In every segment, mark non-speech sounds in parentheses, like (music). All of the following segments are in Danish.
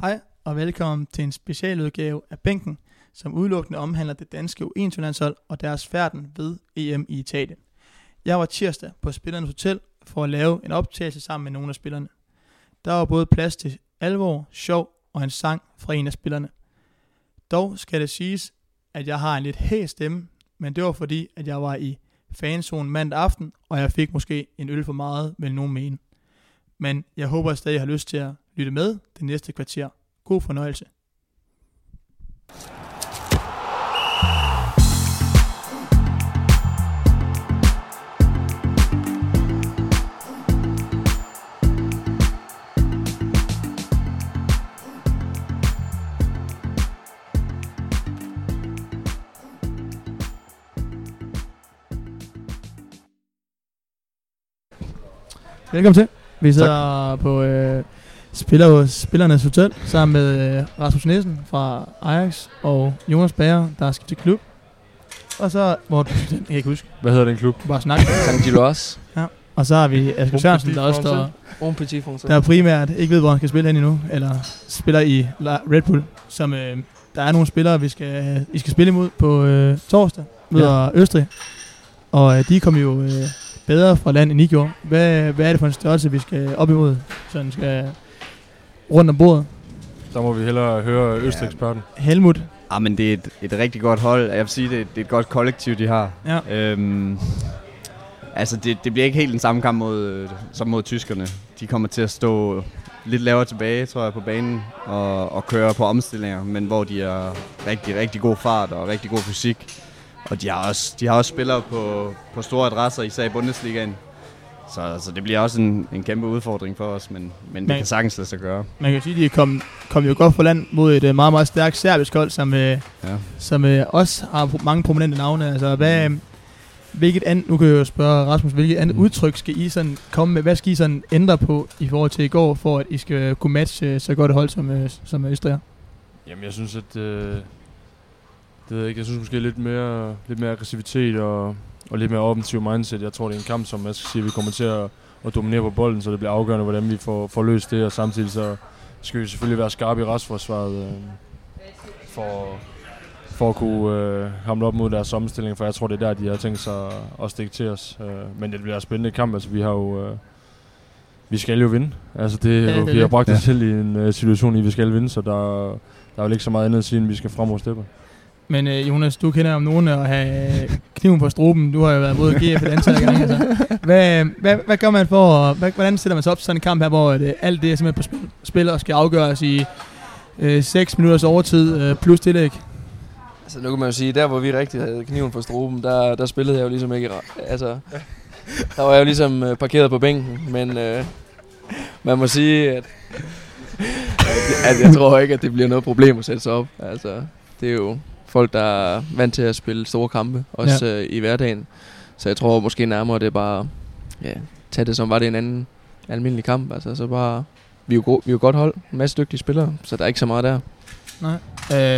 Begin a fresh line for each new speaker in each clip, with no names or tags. Hej og velkommen til en specialudgave af Bænken, som udelukkende omhandler det danske U21-landshold og deres færden ved EM i Italien. Jeg var tirsdag på Spillernes Hotel for at lave en optagelse sammen med nogle af spillerne. Der var både plads til alvor, sjov og en sang fra en af spillerne. Dog skal det siges, at jeg har en lidt hæs stemme, men det var fordi, at jeg var i fanzonen mandag aften, og jeg fik måske en øl for meget, vil nogen mene. Men jeg håber, at I stadig har lyst til at lytte med det næste kvarter. God fornøjelse. Velkommen til. Vi sidder tak. på øh, spiller hos Spillernes Hotel sammen med øh, Rasmus Nielsen fra Ajax og Jonas Bager, der er skiftet klub. Og så, hvor den kan jeg ikke huske,
Hvad hedder den klub?
du bare snakke.
Sangilo også.
Og så har vi Asger Sørensen, der også står,
Un petit français.
der primært ikke ved, hvor han skal spille hen endnu, eller spiller i La- Red Bull, som øh, der er nogle spillere, vi skal, I skal spille imod på øh, torsdag, møder ja. Østrig. Og øh, de kom jo øh, bedre fra land, end I gjorde. Hvad, hvad er det for en størrelse, vi skal op imod? Sådan skal rundt om bordet.
Der må vi hellere høre Østreksperten.
Helmut,
Ah, men det er et, et rigtig godt hold. Jeg vil sige, det er, det er et godt kollektiv, de har.
Ja.
Øhm, altså, det, det bliver ikke helt den samme kamp mod, øh, som mod tyskerne. De kommer til at stå lidt lavere tilbage, tror jeg, på banen og, og køre på omstillinger, men hvor de har rigtig, rigtig god fart og rigtig god fysik. Og de har også, de har også spillere på, på store adresser, især i Bundesligaen. Så, så det bliver også en, en kæmpe udfordring for os, men, men det
Men-
kan sagtens lade sig gøre.
man kan jo sige, at de kom, kom jo godt for land mod et øh, meget, meget stærkt serbisk hold, som, øh,
Ja.
som øh, også har pro- mange prominente navne. Altså, hvad, øh, hvilket andet, nu kan jeg jo spørge Rasmus, hvilket andet
Mm.
udtryk skal I sådan komme med? Hvad skal I sådan ændre på i forhold til i går, for at I skal øh, kunne matche øh, så godt et hold som, øh, som Østrig? er?
Jamen, jeg synes, at... Øh, det ved jeg ikke. Jeg synes måske lidt mere, lidt mere aggressivitet og, og lidt mere offensiv mindset. Jeg tror, det er en kamp, som jeg skal sige, vi kommer til at, at dominere på bolden, så det bliver afgørende, hvordan vi får, får løst det. Og samtidig så skal vi selvfølgelig være skarpe i restforsvaret øh, for, for at kunne øh, hamle op mod deres omstilling, for jeg tror, det er der, de har tænkt sig at, at stikke til os. Øh, men det bliver en spændende kamp. Altså, vi har jo... Øh, vi skal jo vinde. Altså, det,
Ja,
ja,
det er
det vi har
det.
bragt
Ja.
os selv i en øh, situation, i at vi skal vinde, så der, der er vel ikke så meget andet at sige, end vi skal frem over steppe.
Men øh, Jonas, du kender om nogen at have øh, kniven på struben. Du har jo været mod GF et antal gange. Altså. Hvad, øh, hvad, hvad gør man for, og hvad, hvordan sætter man sig op til sådan en kamp her, hvor øh, alt det er simpelthen på spil, spil og skal afgøres i øh, 6 minutters overtid øh, plus tillæg?
Altså, nu kan man jo sige, der hvor vi rigtig havde kniven for struben, der, der spillede jeg jo ligesom ikke... ra- Altså, der var jeg jo ligesom øh, parkeret på bænken, men øh, man må sige, at, at, at jeg tror ikke, at det bliver noget problem at sætte sig op. Altså, det er jo folk, der er vant til at spille store kampe, også ja. øh, i hverdagen. Så jeg tror måske nærmere, det er bare... Ja, tage det som var det en anden almindelig kamp. Altså, så bare... Vi er jo, gode, vi er jo godt hold, en masse dygtige spillere, så der er ikke så meget der.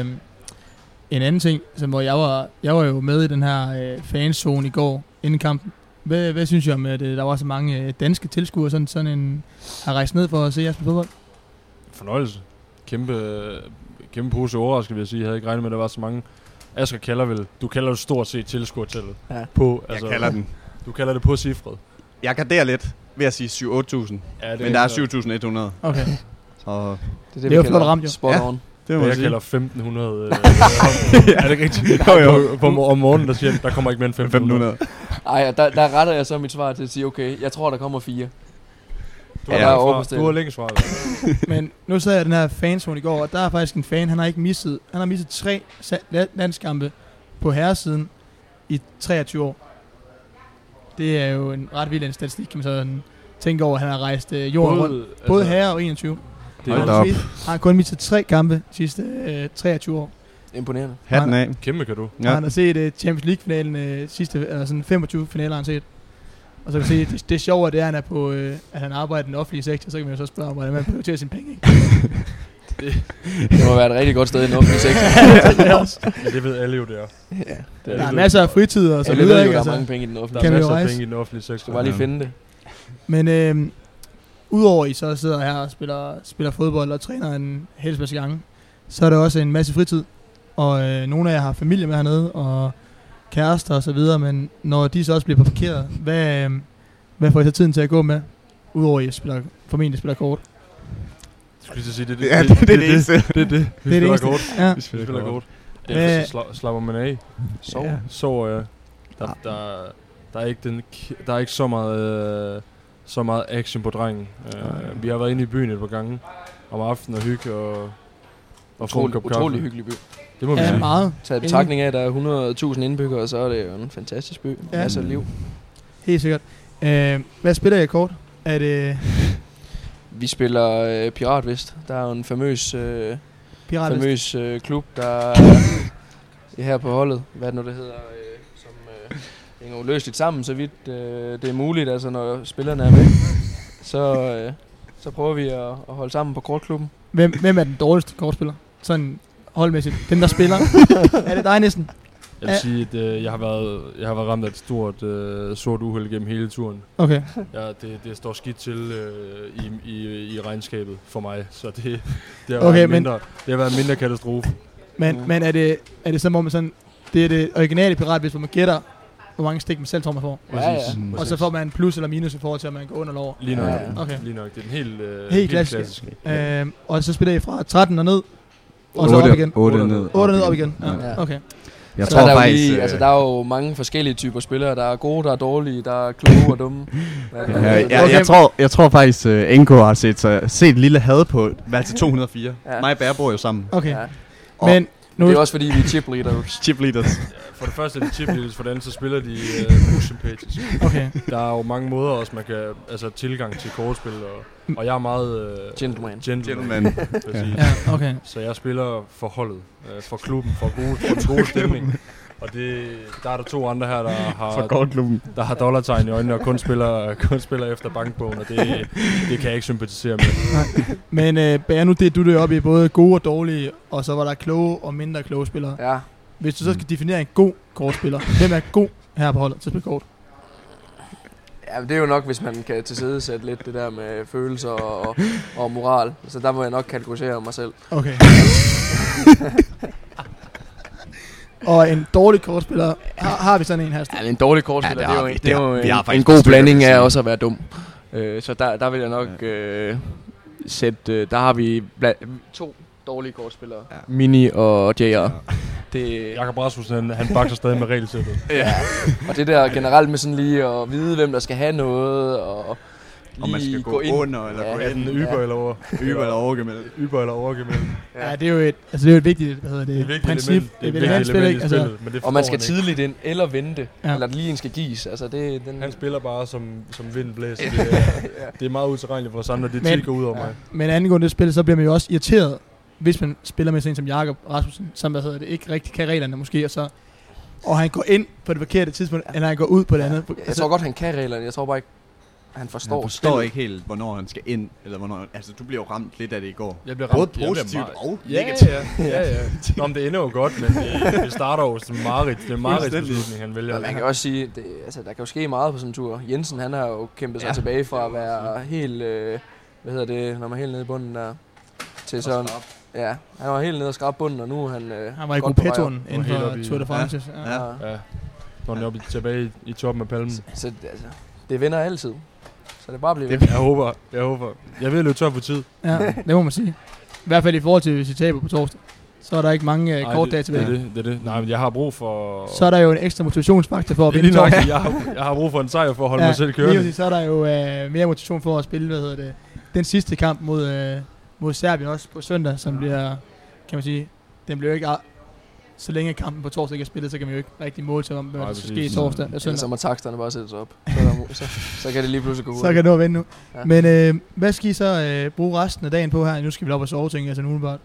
Øh, en anden ting, som, hvor jeg var, jeg var jo med i den her øh, fanzone i går inden kampen. Hvad, hvad synes I om, at øh, der var så mange øh, danske tilskuere, sådan, sådan en, har rejst ned for at se jeres fodbold?
Fornøjelse. Kæmpe, kæmpe pose overraskelse, vil jeg sige. Jeg havde ikke regnet med, at der var så mange. Asger kalder vel, du kalder det stort set tilskuertallet.
Ja.
På,
Altså-
Jeg kalder den.
Du kalder det på cifret.
Jeg garderer lidt ved at sige 7-8.000.
Ja, det
Men der er
sådan-
7.100,
Okay.
så
Det er
Det er jo flot ramt, jo.
Spot
Ja.
on.
det
Det
må
jeg
jeg sige.
kalder 1500. Øh, er det ikke rigtigt? Jo, jo. På, på, om morgenen, der siger han, der kommer ikke mere end 1500.
1500.
Ej, og der, der retter jeg så mit svar til at sige, okay, jeg tror, der kommer fire.
Du har
Ja,
langt fra-
overbestilt.
du har længe svaret.
Men nu sad jeg i den her fanzone i går, og der er faktisk en fan, han har ikke misset, han har misset tre sa- la- landskampe på herresiden i 23 år. Det er jo en ret vild en statistik, kan man sådan tænke over, han har rejst øh, jorden rundt. Både altså, herre og 21.
Det
Hold
er
da
en
op.
Han har kun misset tre kampe de sidste øh, 23 år.
Imponerende.
Hatten af.
kæmpe gave.
Ja.
Ja.
Han har set uh, Champions League-finalen uh, sidste, eller sådan 25 finaler har han set. Og så kan man sige, det, det sjove er, det er, at han, er på, uh, at han arbejder i den offentlige sektor, så kan man jo så spørge, hvordan man prioriterer sine penge. Ikke?
Det må være et rigtig godt sted i den offentlige
(laughs)
sektor.
Men det ved alle jo, det er.
ja,
det
Der er masser af fritid og så
jeg ved
videre.
jo,
altså, Ikke?
der er
Altså,
mange penge i den
Der
offentlige
Kan
er
vi jo
masser af
rejse?
penge i den offentlige
sektor. Du
sektor.
bare lige finde det.
men øh, udover I så sidder her og spiller, spiller fodbold og træner en hel masse gange, så er der også en masse fritid. Og øh, nogle af jer har familie med hernede, og kærester og så videre, men når de så også bliver parkeret, hvad, øh, hvad får I så tiden til at gå med? Udover at I spiller, formentlig spiller kort.
Jeg skulle lige til at sige, det,
Ja, det, det, er det eneste.
det, det. Vi
det
spiller
eneste.
kort.
Ja.
Vi spiller,
spiller
kort.
kort.
Ellers
Hvad-
så sla- slapper man af.
Sov.
Ja.
Sover jeg.
Ah.
Der, der, der, er ikke den, k- der er ikke så meget, øh, så meget action på drengen.
Nej.
Øh, vi har været inde i byen et par gange om aftenen og hygge og, og få en
Utrolig,
kop
utrolig
kaffe.
hyggelig by.
Det må vi
Ja,
sige.
meget.
Taget i betragtning af, at der er 100.000 indbyggere, så er det jo en fantastisk by.
Ja.
Ja. Masser af liv.
Helt sikkert. Øh, hvad spiller I af kort? Er det
Vi spiller øh, Piratvest. Der er jo en famøs, øh,
Pirat Vest?
famøs øh, klub, (coughs) der er her på holdet. Hvad er det nu, det hedder? Øh, som øh, hænger uløseligt sammen, så vidt øh, det er muligt. Altså, når spillerne er med, så, øh, så prøver vi at, at holde sammen på kortklubben.
Hvem, hvem er den dårligste kortspiller? Sådan holdmæssigt. Den, der
(laughs)
spiller. er det dig næsten?
Jeg vil sige, at øh, jeg, har været, jeg har været ramt af et stort øh, sort uheld gennem hele turen.
Okay.
Ja, det, det står skidt til øh, i, i, i regnskabet for mig, så det, det, har,
Okay,
været en
men-
mindre, det har været en mindre katastrofe.
Men,
Ja.
men er, det, er det som om, man sådan, det er det originale pirat, hvis man gætter, hvor mange stik man selv tror, man får.
Ja, ja.
Præcis.
Mm.
Og så får man plus eller minus i forhold til, om man går under eller over.
Lige nok.
Ja,
Ja,
ja.
Okay.
Lige nok. Det er den helt, øh,
klassiske. Øh, og så spiller I fra 13 og ned, og så op igen.
8 ned.
8 ned op igen. Ja.
Ja.
Ja.
Okay.
Jeg
Så er
tror
der,
faktisk... øh,
jo lige, altså, der er jo mange forskellige typer spillere. Der er gode, der er dårlige, der er kloge og (laughs) dumme. Hvad er det,
Ja,
der
jeg,
hedder?
jeg, jeg, tror, jeg tror faktisk, uh, NK har set, så, set lille had på valg 204.
Ja.
Mig og Bær bor jo sammen.
Okay.
Ja.
Men nu,
Det er også fordi, vi er chip leaders.
Chip leaders.
For det første er det chip leaders, for det andet så spiller de øh, motion pages.
okay.
Der er jo mange måder også, man kan, altså tilgang til kortspil, og, og jeg er meget øh,
Gentleman.
gentleman.
Gentleman.
Præcis.
Ja, okay.
Så jeg spiller for holdet, øh, for klubben, for, gode, for den gode stemning. Og det, der er der to andre her, der har,
klubben.
der har dollartegn i øjnene og kun spiller, kun spiller efter bankbogen, og det, det kan jeg ikke sympatisere med.
Men øh, bærer nu det, du det op i både gode og dårlige, og så var der kloge og mindre kloge spillere.
Ja.
Hvis du så skal definere en god kortspiller, hvem er god her på holdet til at spille kort?
ja, men det er jo nok, hvis man kan tilsidesætte lidt det der med følelser og, og moral. Så der må jeg nok kategorisere mig selv.
Okay. (laughs) og en dårlig kortspiller, har, har vi sådan en her? Sten?
Ja, en dårlig kortspiller,
Ja,
ja,
det
det,
har vi.
det er jo,
Det har-
det
vi
er
har
jo en, en
faktisk
god
et stykke,
blanding
vil
af
jeg sige.
også at være dum. Øh, så der, der vil jeg nok øh, sætte, øh, der har vi bla- to dårlige kortspillere.
Ja.
Ja. Mini og JR. Ja. Det,
Jakob Rasmussen, han, han bakser stadig med regelsættet.
(laughs) Ja. og det der generelt med sådan lige at vide, hvem der skal have noget, og lige
Om man skal gå,
ind.
under eller
Ja,
gå
ja,
Den
ind.
yber eller over.
Yber eller overgemmel.
Yber eller overgemmel.
Ja, det er jo et, altså det er jo et vigtigt, hvad hedder det,
Det er et vigtigt
princip.
element. Det er et vigtigt element,
spil,
i
ikke?
spillet,
Altså,
men det
Og man
forstår
skal
han ikke.
tidligt ind, eller vente,
Ja.
ja. eller lige en skal gives. Altså det, den,
Han spiller bare som, som vinden
(laughs)
blæser. Det, er- det er meget utilregneligt for os andre, det
Men-
tit går ud over mig.
men angående det spil, så bliver man jo også irriteret, hvis man spiller med sådan en som Jakob Rasmussen, som hvad hedder det, ikke rigtig kan reglerne måske, og så og han går ind på det forkerte tidspunkt, eller han går ud på det andet. Altså,
jeg tror godt, han kan reglerne, jeg tror bare ikke, han forstår.
Han forstår ikke helt, hvornår han skal ind. Eller hvornår, altså, du blev jo ramt lidt af det i går.
Jeg bliver
Både positivt og
Ja,
negativt.
ja, ja, ja. Nå, men det ender jo godt, men det, det starter jo som Marit. Det er Marits
Fuldstændig.
beslutning, han vælger.
Men man kan også sige, det, altså, der kan jo ske meget på sådan en tur. Jensen, han har jo kæmpet sig
Ja.
ja. tilbage fra at være helt, øh, hvad hedder det, når man er helt nede i bunden der, til sådan, ja, han var helt nede og skrab bunden, og nu er han, øh,
Han var i
godt på vej op.
gruppettoen inden
helt
for
oppe i-
Tour de France. Ja.
Ja.
Ja.
Ja.
Ja. Når den er oppe i- tilbage i, i toppen af
(laughs)
palmen.
Så altså, det vinder altid. Så det er bare at blive
Det-
ved.
Jeg håber, jeg håber. Jeg ved løbe tør for tid.
ja, det må man sige. I hvert fald i forhold til, hvis I taber på torsdag, så er der ikke mange øh,
Ej,
kort
det-
dage tilbage.
Det, er det, det er det. Nej, men jeg har brug for...
Så er der jo en ekstra motivationsfaktor for at
det er lige
vinde
nok,
torsdag.
jeg har, jeg har brug for en sejr for at holde mig selv
lige
kørende.
præcis, så er der jo øh, mere motivation for at spille, hvad hedder det, den sidste kamp mod, øh, mod Serbien også på søndag, som bliver, kan man sige, den bliver jo ikke, ah, så længe kampen på torsdag ikke er spillet, så kan man jo ikke rigtig måle til, om hvad
Nej,
der skal ske i
præcis.
torsdag eller
Ellers så
søndag.
må taksterne bare sættes op. Så, er der, mu- så, så kan det lige pludselig gå ud.
Så kan du vende nu. Ja.
Ja.
Men øh, hvad skal I så øh, bruge resten af dagen på her? Nu skal vi op og sove, tænker jeg, sådan umiddelbart.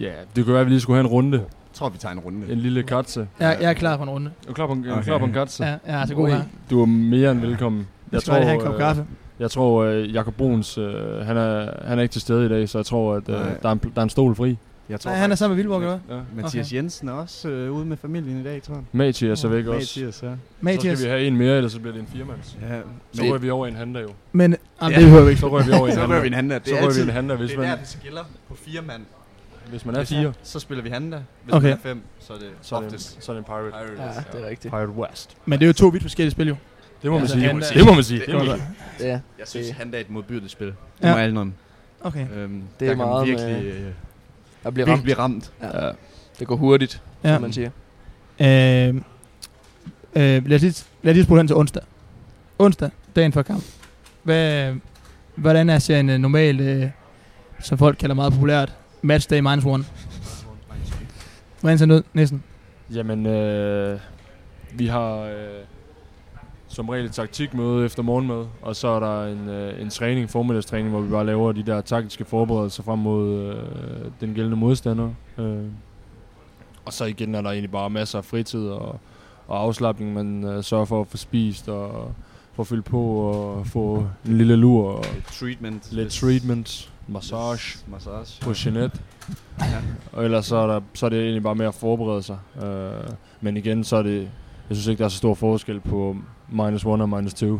Ja, det kunne være, at vi lige skulle have en runde.
Jeg tror, vi tager en runde.
En lille katse.
Jeg, jeg er klar for en runde.
Er du klar på en, er du
Okay.
klar på en katse?
Ja, jeg er så god
Ui.
her.
Du er mere end velkommen.
Jeg tror, jeg have en kop
øh,
kaffe.
Jeg tror, øh, Jakob Bruns, øh, han, er, han er ikke til stede i dag, så jeg tror, at øh,
Nej.
der, er en, pl- der er en stol fri.
Jeg tror
Nej, han er
faktisk,
sammen med Vildborg, eller hvad?
Ja.
Mathias
Okay.
Jensen er også øh, ude med familien i dag, tror jeg.
Mathias er så væk også.
Mathias, ja.
Så
Mathias.
skal vi have en mere, eller så bliver det en firemands.
ja. (laughs)
Så rører vi over i en handler jo.
Men ah,
Ja.
det hører vi
(laughs)
ikke.
Så rører vi over i en
Så rører vi en
handler.
handa.
Så
Det er
rører vi en
altid,
handler,
det
hvis
er der,
man,
det skiller på fire mand.
hvis man er fire.
Så spiller vi handa. Hvis
Okay.
man er fem, så er det
Så er det, en,
oftest
så er det en pirate.
Pirates.
Ja, det er rigtigt.
Pirate West.
Men det er jo to vidt forskellige spil, jo.
Det må man
Altså,
sige.
handler-
Det må man sige.
Det
Det må
kan
man
man
sige.
Ja,
Jeg synes,
Det-
handa er et modbydeligt spil. Det
Ja.
ja. må alle noget.
Okay.
Øhm,
er
der kan man
meget
virkelig,
med-
øh,
jeg bliver
virkelig
ramt.
blive ramt.
Ja. Det går hurtigt, ja.
Ja.
som man siger.
Øh, øh, lad os lige, lad os lige spole hen til onsdag. Onsdag, dagen før kamp. Hvad, hvordan er serien øh, normalt, øh, som folk kalder meget populært, matchday minus one? Hvordan ser den ud, næsten?
Jamen, øh, vi har øh, som regel et taktikmøde efter morgenmad, og så er der en, øh, en træning, formiddagstræning, hvor vi bare laver de der taktiske forberedelser frem mod øh, den gældende modstander. Øh. Og så igen er der egentlig bare masser af fritid og, og afslappning, man øh, sørger for at få spist og få fyldt på og få en lille lur og
Treatment.
lidt treatment, massage
Massage.
på Jeanette. Og ellers så er, der, så er det egentlig bare med at forberede sig. Øh, men igen, så er det... Jeg synes ikke, der er så stor forskel på minus 1 og minus 2. Jeg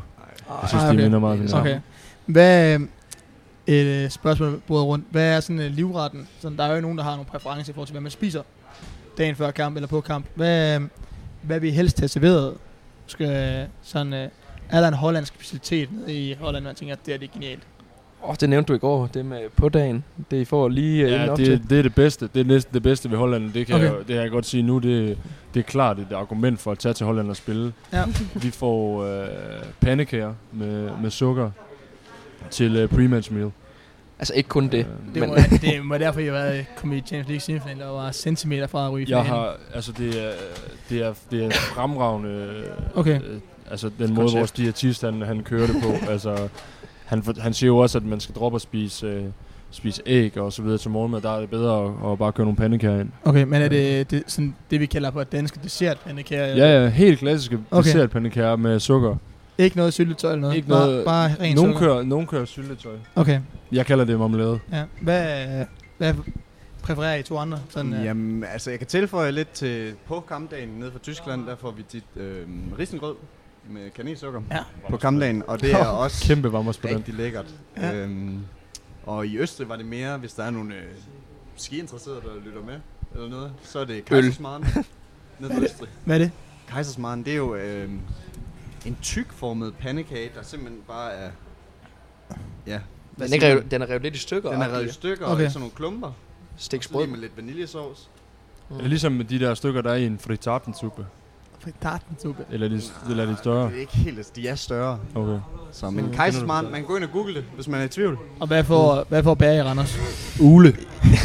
synes,
Ej,
de
Ah, okay.
minder meget om hinanden.
Okay. Hvad, øh, et øh, spørgsmål bordet rundt. Hvad er sådan øh, livretten? Sådan, der er jo nogen, der har nogle præferencer i forhold til, hvad man spiser dagen før kamp eller på kamp. Hvad, øh, hvad vi helst have serveret? Skal, øh, sådan, øh, er der en hollandsk specialitet nede i Holland, man tænker, at det er det er genialt?
Åh, oh, det nævnte du i går, det med på dagen. Det I får lige ja, inden
Ja,
op til.
det, det er det bedste. Det er næsten det bedste ved Holland. Det kan,
Okay.
okay. jeg, det kan jeg godt sige nu. Det, det er klart et argument for at tage til Holland og spille.
Ja.
Vi får øh, pandekager med, med sukker til øh, pre-match meal.
Altså ikke kun det.
Øh,
Det,
Men-
må, det må derfor, I har været øh, kommet i Champions League semifinalen og var centimeter fra at ryge i
Jeg
finalen.
har, altså det er, det er, det er fremragende,
Okay.
øh, altså den måde, vores
Koncept.
diætist, han, han kører det
(laughs)
på. altså, han, for- han siger jo også, at man skal droppe at spise, øh, spise æg og så videre til morgenmad. Der er det bedre at, at bare køre nogle pandekager ind.
Okay, men er det, det sådan, det, vi kalder på et dansk dessert, pandekager?
Ja, ja, helt klassiske
Okay.
okay. dessertpandekager med sukker.
Ikke noget syltetøj eller noget?
Ikke
Bare,
noget-
bare ren
Nogen
sukker?
kører, nogen kører syltetøj.
Okay,
Jeg kalder det marmelade.
ja. Hvad, hvad præfererer I to andre? Sådan, øh,
Jamen, altså jeg kan tilføje lidt til på kampdagen nede fra Tyskland, der får vi dit øh, risengrød med kanelsukker
Ja.
på kampdagen, og det er også
Kæmpe vammers på den.
rigtig lækkert.
Ja.
Ja. Øhm, og i Østrig var det mere, hvis der er nogle øh, skiinteresserede, der lytter med, eller noget, så er det
(laughs)
kejsersmaren nede fra Østrig.
Hvad er det?
Kejsersmaren, det er jo øh, en tykformet pandekage, der simpelthen bare er... Ja, hvad
Den er, ikke
siger man?
revet, den er revet lidt i stykker.
den er
og
revet i stykker,
Okay.
okay. og sådan nogle klumper.
Stik
Så lige
sprød.
med lidt vaniljesauce.
Det er ligesom med de der stykker, der er i en fritartensuppe.
Fritartensuppe.
Eller de, eller de større.
Det er ikke helt, de er større.
Okay.
Så, men kejsersmaren, man kan gå ind og google det, hvis man er i tvivl.
Og hvad får, hvad får Bager i Randers?
Ule.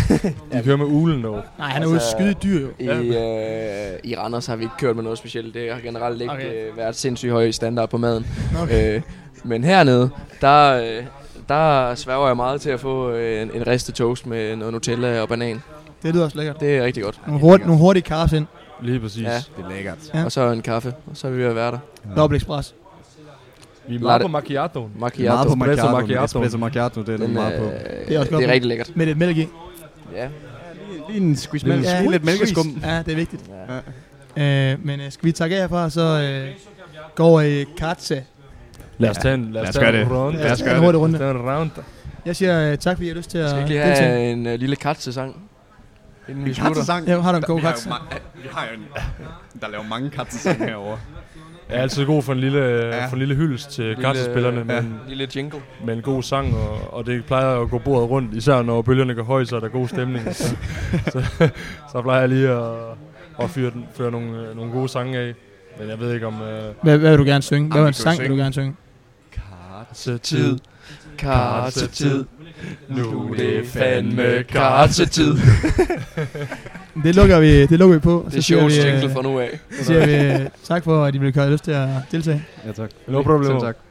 (laughs) De kører med ulen dog.
Nej, han er jo
Altså,
skide dyr jo.
I, øh, I Randers har vi ikke kørt med noget specielt. Det har generelt ikke
Okay.
okay. øh, været sindssygt høj standard på maden.
Okay.
Øh, men hernede, der, øh, der sværger jeg meget til at få øh, en, en ristet toast med noget Nutella og banan.
Det lyder også lækkert.
Det er rigtig godt.
Nogle, hurtige, nogle hurtige carbs ind.
Lige præcis.
Ja.
Ja.
Det er lækkert.
Ja.
Og så en kaffe, og så er vi ved at være der.
Dobbelt express.
Vi er
Lad
meget
det-
på macchiatoen.
Macchiato.
på Espresso macchiatoen. macchiatoen. Espresso
macchiato, det er
Den, øh,
Det er også godt.
det er rigtig lækkert.
Med lidt mælk i.
Ja.
Lige en squeeze mælk.
Ja.
Ja, lidt mælkeskum.
Ja, det er vigtigt.
Ja.
Øh, men øh, skal vi takke af herfra, så øh, går over i Katze.
Lad os tage en, lad os tage en runde.
Lad os gøre det.
Lad os tage en runde.
Jeg siger øh, tak, fordi I har lyst til at
Skal vi ikke lige
deltage.
have en øh, lille katsesang? Inden vi slutter.
Katsesang.
Ja, har du en god
Vi har jo
katse?
ma- Vi har jo en, der laver mange katsesange herovre.
Jeg er altid god for en lille,
Ja.
ja. for en lille hyldest til kassespillerne,
ja.
men
En lille jingle.
med en god sang, og, og det plejer at gå bordet rundt, især når bølgerne går højt, så er der god stemning. så, så, så plejer jeg lige at, at fyre, den, fyre nogle, øh, nogle gode sange af. Men jeg ved ikke om... Øh,
Hvad, hvad vil du gerne synge? Hvad
Jamen,
var
vi
en
kan jo
sang, vil du
synge.
gerne synge?
så tid,
Kartetid.
nu
Nu
er
er det
det
fandme
fandme kart.
kartetid.
Det lukker vi, det lukker vi på. og
Det er
siger
shows
vi, øh,
jingle fra nu af.
Så siger vi øh, tak for, at I ville gøre lyst til at deltage.
Ja, tak.
No problem.
tak.